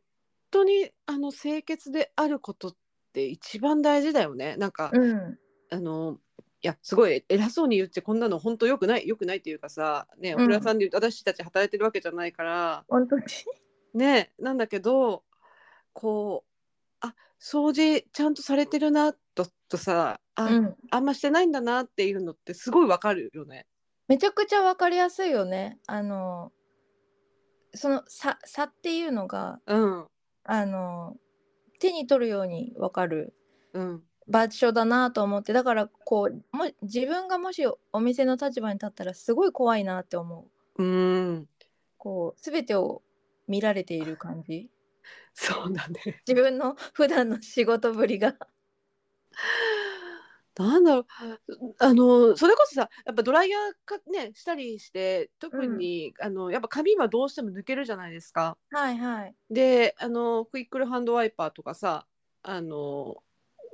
Speaker 1: 当にあの清潔であることって一番大事だよね。なんか、
Speaker 2: うん、
Speaker 1: あのいやすごい偉そうに言ってこんなの本当良くない良くないっていうかさねお
Speaker 2: うん
Speaker 1: 風呂屋さんで私たち働いてるわけじゃないから、
Speaker 2: 本当に
Speaker 1: ねなんだけどこうあ掃除ちゃんとされてるなととさあ、
Speaker 2: うん、
Speaker 1: あんましてないんだなっていうのってすごいわかるよね。
Speaker 2: めちゃくちゃ分かりやすいよね。あのその差差っていうのが
Speaker 1: うん
Speaker 2: あの手に取るように分かる
Speaker 1: うん
Speaker 2: 場所だなと思ってだからこうも自分がもしお店の立場に立ったらすごい怖いなって思う
Speaker 1: うん
Speaker 2: こう全てを見られている感じ
Speaker 1: そうだね。
Speaker 2: 自分の 普段の仕事ぶりが
Speaker 1: なんだろうあのそれこそさやっぱドライヤーかねしたりして特に、あのやっぱ髪はどうしても抜けるじゃないですか。
Speaker 2: はいはい
Speaker 1: であのクイックルハンドワイパーとかさあの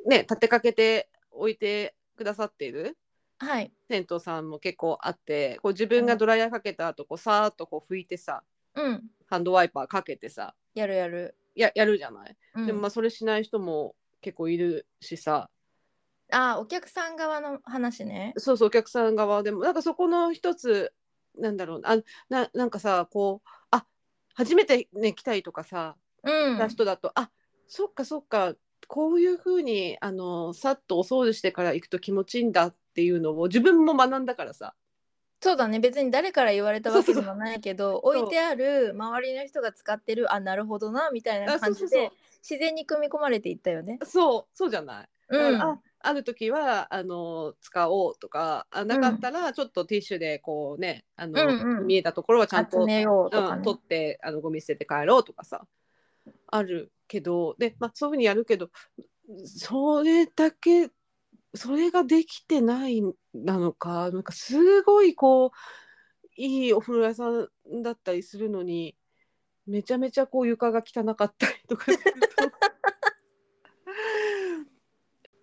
Speaker 1: ね立てかけて置いてくださっている
Speaker 2: はい
Speaker 1: 銭湯さんも結構あってこう自分
Speaker 2: う
Speaker 1: が
Speaker 2: ん
Speaker 1: ドライヤーかけた後こうさーっとこう拭いてさ
Speaker 2: うん
Speaker 1: ハンドワイパーかけてさ
Speaker 2: やるやる、
Speaker 1: ややるじゃない、
Speaker 2: うん、
Speaker 1: でもまあそれしない人も結構いるしさ
Speaker 2: あーお客さん側の話ね
Speaker 1: そうそうお客さん側でもなんかそこの一つなんだろうなあななんかさこうあ初めてね来たりとかさ
Speaker 2: うん
Speaker 1: な人だと、あそっかそっかこういうふうにあのさっとお掃除してから行くと気持ちいいんだっていうのを自分も学んだからさ
Speaker 2: そうだね別に誰から言われたわけでもないけど
Speaker 1: うそう
Speaker 2: 置いてある周りの人が使ってるあなるほどなみたいな
Speaker 1: あそう
Speaker 2: 感
Speaker 1: そう
Speaker 2: じ
Speaker 1: そう
Speaker 2: で自然に組み込まれていったよね。
Speaker 1: そうそうじゃない
Speaker 2: うん、
Speaker 1: あある時はあの使おうとかあなかったらちょっとティッシュでこうねあの、
Speaker 2: うんうん
Speaker 1: 見えたところはちゃん
Speaker 2: 集
Speaker 1: と、
Speaker 2: めようとか
Speaker 1: うん
Speaker 2: ね。
Speaker 1: 取ってあのゴミ捨てて帰ろうとかさあるけどで、まあ、そういうふうにやるけどそれだけそれができてないなのかなんかすごいこういいお風呂屋さんだったりするのにめちゃめちゃこう床が汚かったりとかすると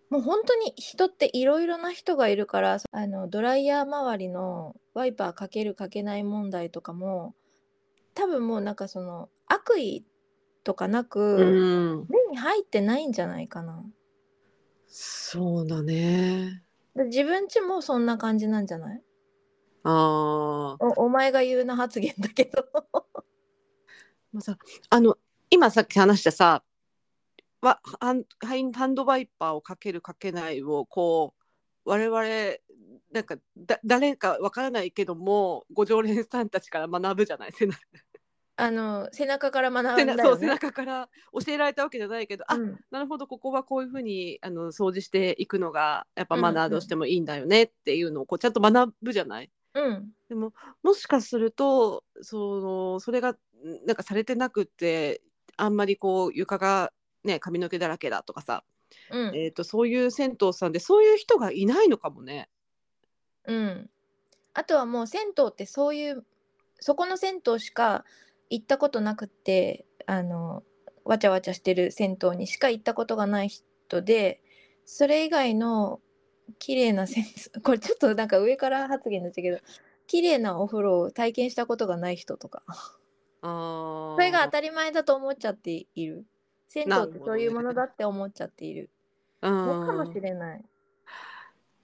Speaker 2: もう本当に人っていろいろな人がいるからあのドライヤー周りのワイパーかけるかけない問題とかも多分もうなんかその悪意とかなく、
Speaker 1: うん
Speaker 2: 目に入ってないんじゃないかな。
Speaker 1: そうだね。
Speaker 2: で自分ちもそんな感じなんじゃない
Speaker 1: ああ、
Speaker 2: おお前が言うな発言だけど。
Speaker 1: まあ、さあの今さっき話したさわハンハイハンドワイパーをかけるかけないをこう我々なんかだ誰かわからないけどもご常連さんたちから学ぶじゃない背中
Speaker 2: あの背中から学んだ
Speaker 1: 背
Speaker 2: よ、ね、
Speaker 1: 中そう背中から教えられたわけじゃないけど、あ
Speaker 2: うん
Speaker 1: なるほどここはこういうふうにあの掃除していくのがやっぱ
Speaker 2: うん
Speaker 1: マナーとしてもいいんだよねっていうのをこうちゃんと学ぶじゃない
Speaker 2: うん
Speaker 1: でももしかするとそのそれがんなんかされてなくってあんまりこう床が、ね、髪の毛だらけだとかさ、
Speaker 2: うん
Speaker 1: えー、とそういう銭湯さんでそういう人がいないのかもね。
Speaker 2: うんあとはもう銭湯ってそういうそこの銭湯しか行ったことなくってあのわちゃわちゃしてる銭湯にしか行ったことがない人でそれ以外の綺麗な銭湯 これちょっとなんか上から発言だったけど綺麗なお風呂を体験したことがない人とか
Speaker 1: あ
Speaker 2: それが当たり前だと思っちゃっている銭湯
Speaker 1: な
Speaker 2: っ
Speaker 1: る
Speaker 2: て
Speaker 1: ほど
Speaker 2: そういう
Speaker 1: ね
Speaker 2: ものだって思っちゃっている
Speaker 1: た
Speaker 2: そうかもしれない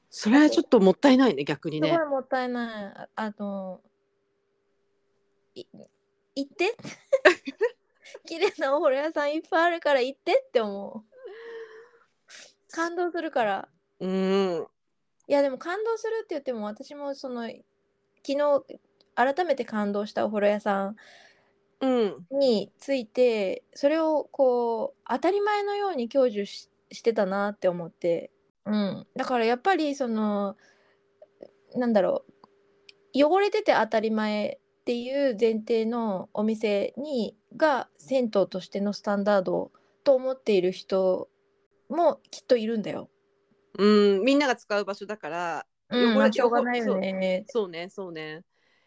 Speaker 1: それはちょっともったいないね逆に
Speaker 2: すご
Speaker 1: ね
Speaker 2: い。もったいない。ああの、い行って 綺麗なお風呂屋さんいっぱいあるから行ってって思う。感動するから。
Speaker 1: うん
Speaker 2: いやでも感動するって言っても私もその昨日改めて感動したお風呂屋さん
Speaker 1: うん
Speaker 2: についてそれをこう当たり前のように享受ししてたなって思って、うん、だからやっぱりそのなんだろう汚れてて当たり前っていう前提のお店にが銭湯としてのスタンダードと思っている人もきっといるんだよ。
Speaker 1: うんみんなが使う場所だから
Speaker 2: うん、
Speaker 1: 汚れ
Speaker 2: まあしょうがないよね。
Speaker 1: そうねそうね。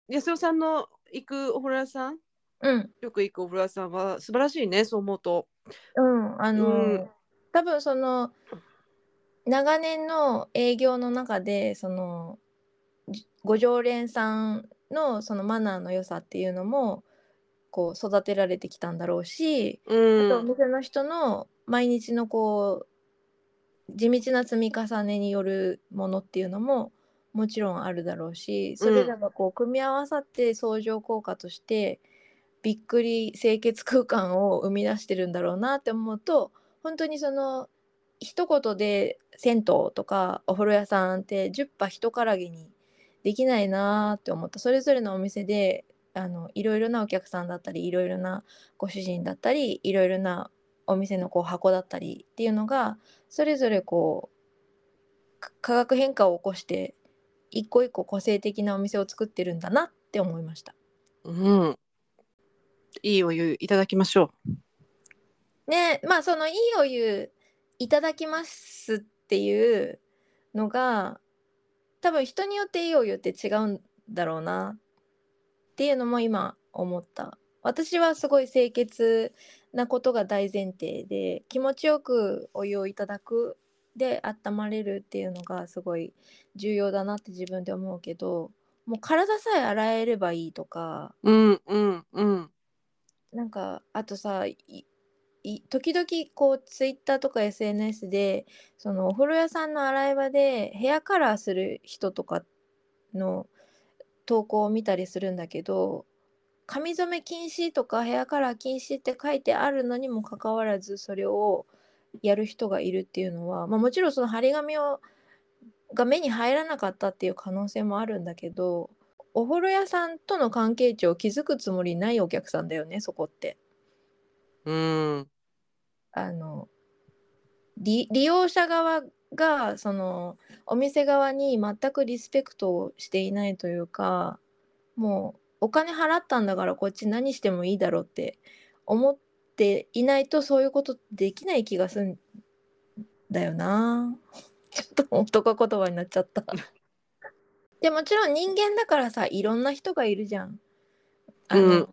Speaker 1: 安代さんの行くお風呂屋さん
Speaker 2: うん、
Speaker 1: よく行くお風呂屋さんは素晴らしいねそう思うと。
Speaker 2: うん、あのー
Speaker 1: うん
Speaker 2: 多分その長年の営業の中でそのじご常連さんのそのマナーの良さっていうのもこう育てられてきたんだろうし、
Speaker 1: う
Speaker 2: あとお
Speaker 1: ん
Speaker 2: 店の人の毎日のこう地道な積み重ねによるものっていうのももちろんあるだろうしそれらがこう組み合わさって相乗効果としてびっくり清潔空間を生み出してるんだろうなって思うと本当にその一言で銭湯とかお風呂屋さんって10羽一からげにできないなーって思ったそれぞれのお店であのいろいろなお客さんだったりいろいろなご主人だったりいろいろなお店のこう箱だったりっていうのがそれぞれこうか化学変化を起こして一個一個個性的なお店を作ってるんだなって思いました。
Speaker 1: うん。いいお湯いただきましょ
Speaker 2: ねまあそのいいお湯いただきますっていうのが多分人によっていいお湯って違うんだろうなっていうのも今思った私はすごい清潔なことが大前提で気持ちよくお湯をいただくで温まれるっていうのがすごい重要だなって自分で思うけどもう体さえ洗えればいいとか
Speaker 1: うんうんうん
Speaker 2: なんかあとさいい時々こうツイッターとか SNS でそのお風呂屋さんの洗い場でヘアカラーする人とかの投稿を見たりするんだけど髪染め禁止とかヘアカラー禁止って書いてあるのにもかかわらずそれをやる人がいるっていうのは、まあ、もちろんその張り紙をが目に入らなかったっていう可能性もあるんだけどお風呂屋さんとの関係値を築くつもりないお客さんだよねそこって。
Speaker 1: うん
Speaker 2: あの利利用者側がそのお店側に全くリスペクトをしていないというかもうお金払ったんだからこっち何してもいいだろうって思っていないとそういうことできない気がするんだよな ちょっと男言葉になっちゃったでもちろん人間だからさいろんな人がいるじゃんあの、
Speaker 1: うん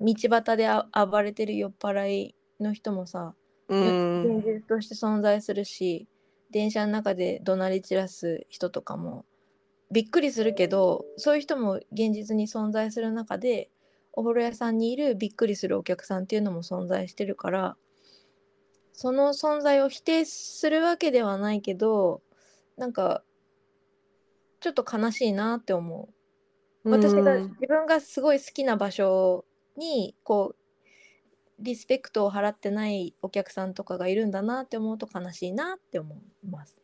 Speaker 2: 道端であ暴れてる酔っ払いの人もさ、
Speaker 1: うん
Speaker 2: 現実として存在するし電車の中で怒鳴り散らす人とかもびっくりするけどそういう人も現実に存在する中でお風呂屋さんにいるびっくりするお客さんっていうのも存在してるからその存在を否定するわけではないけどなんかちょっと悲しいなって思う。私が
Speaker 1: うん
Speaker 2: 自分がすごい好きな場所にこうリスペクトを払ってないお客さんとかがいるんだなって思うと悲しいなって思います。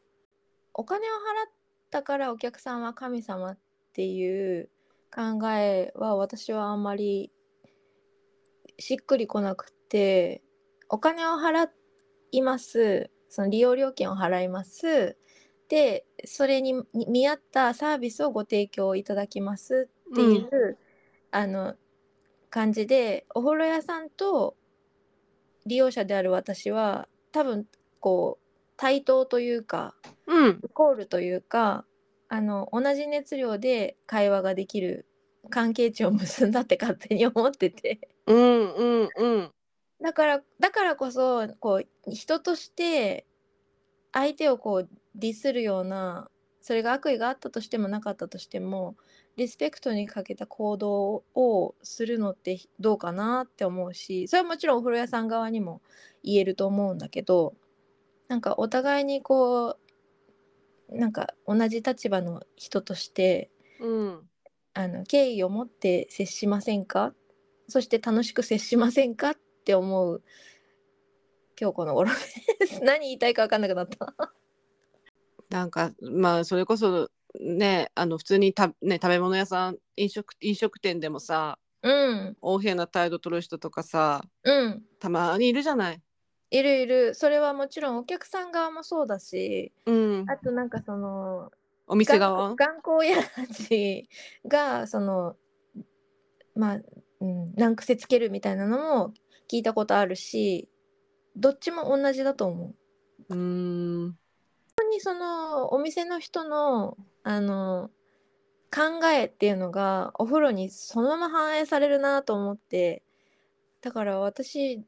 Speaker 2: お金を払ったからお客さんは神様っていう考えは私はあんまりしっくりこなくてお金を払いますその利用料金を払いますでそれにに見合ったサービスをご提供いただきますっていう、あの感じでお風呂屋さんと利用者である私は多分こう対等というか
Speaker 1: うん
Speaker 2: イコールというかあの同じ熱量で会話ができる関係値を結んだって勝手に思ってて。
Speaker 1: うんうんうん
Speaker 2: だからだからこそこう人として相手をこうディスるようなそれが悪意があったとしてもなかったとしてもリスペクトに欠けた行動をするのってどうかなって思うしそれはもちろんお風呂屋さん側にも言えると思うんだけどなんかお互いにこうなんか同じ立場の人として
Speaker 1: うん
Speaker 2: あの敬意を持って接しませんかそして楽しく接しませんかって思う今日この頃です 何言いたいか分かんなくなった
Speaker 1: なんかまあそれこそねあの普通にた、ね、食べ物屋さん飲食飲食店でもさ
Speaker 2: うん
Speaker 1: 横柄な態度取る人とかさ
Speaker 2: うん
Speaker 1: たまにいるじゃない。
Speaker 2: いるいるそれはもちろんお客さん側もそうだし
Speaker 1: うん、
Speaker 2: あとなんかその
Speaker 1: お店側
Speaker 2: 頑固親父がそのまあ、うん、難癖つけるみたいなのも聞いたことあるしどっちも同じだと思
Speaker 1: うー
Speaker 2: う
Speaker 1: ん
Speaker 2: 本当にそのお店の人のあの考えっていうのがお風呂にそのまま反映されるなと思ってだから私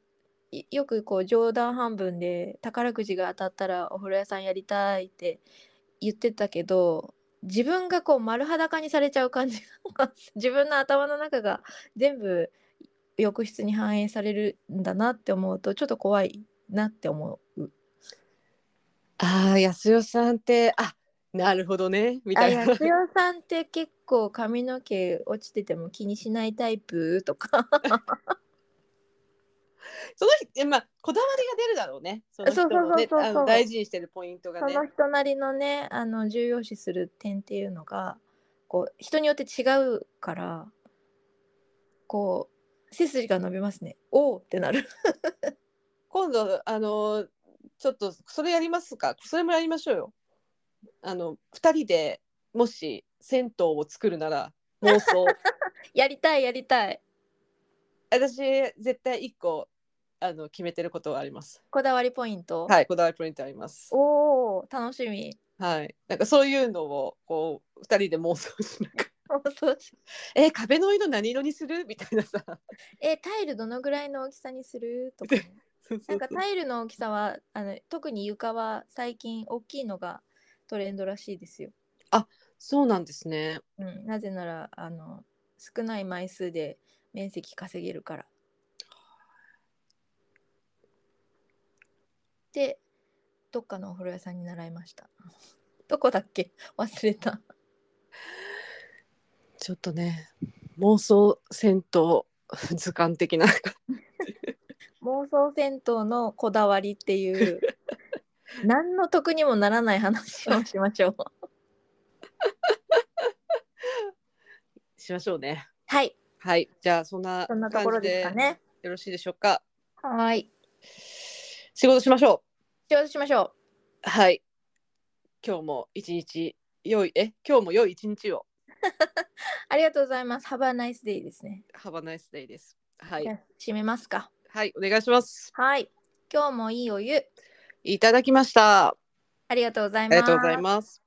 Speaker 2: いよくこう冗談半分で宝くじが当たったらお風呂屋さんやりたいって言ってたけど自分がこう丸裸にされちゃう感じが 自分の頭の中が全部浴室に反映されるんだなって思うとちょっと怖いなって思う。
Speaker 1: ああ安代さんってあなるほどねみたい
Speaker 2: あ
Speaker 1: な
Speaker 2: 安代さんって結構髪の毛落ちてても気にしないタイプとか
Speaker 1: その人えまあこだわりが出るだろうねその
Speaker 2: そう
Speaker 1: 人のね
Speaker 2: そうそうそう
Speaker 1: あ
Speaker 2: そう
Speaker 1: の大事にしてるポイントが
Speaker 2: そ
Speaker 1: ね
Speaker 2: の人なりのねあの重要視する点っていうのがこう人によって違うからこう背筋が伸びますねおおってなる
Speaker 1: 今度あのーちょっとそれやりますかそれもやりましょうよあの二人でもし銭湯を作るなら妄 想
Speaker 2: やりたいやりたい
Speaker 1: 私絶対一個あの決めてることはあります。
Speaker 2: こだわりポイント。
Speaker 1: はい、こだわりポイントあります。
Speaker 2: おお、楽しみ。
Speaker 1: はい、なんかそういうのをこう二人で妄想しながら、
Speaker 2: そうし
Speaker 1: え壁の色何色にするみたいなさ。
Speaker 2: え、タイルどのぐらいの大きさにするとかね、
Speaker 1: そうそ
Speaker 2: な
Speaker 1: うん
Speaker 2: か
Speaker 1: そう
Speaker 2: タイルの大きさは、あの特に床は最近大きいのがトレンドらしいですよ。
Speaker 1: そうなんですね。
Speaker 2: うん、なぜなら、あの少ない枚数で面積稼げるから。で、どっかのお風呂屋さんに習いました。 どこだっけ忘れた。
Speaker 1: ちょっとね妄想戦闘図鑑的な。
Speaker 2: 妄想戦闘のこだわりっていう 何の得にもならない話をしましょう
Speaker 1: しましょうね。
Speaker 2: はい
Speaker 1: はい、じゃあそんな
Speaker 2: そんなところですかね
Speaker 1: 感じでよろしいでしょうか。
Speaker 2: はい
Speaker 1: 仕事しましょ
Speaker 2: 上手しましょ
Speaker 1: う。はい。今日も一日良いえ今日も良い一日を。
Speaker 2: うありがとうございますハバナイスデイですね
Speaker 1: Have a nice day です。は
Speaker 2: じゃ
Speaker 1: い
Speaker 2: あ締めますか
Speaker 1: はいお願いします。
Speaker 2: はい今日もいいお湯
Speaker 1: いただきました。あ
Speaker 2: ありがとうござい
Speaker 1: り
Speaker 2: ます
Speaker 1: がとうございます。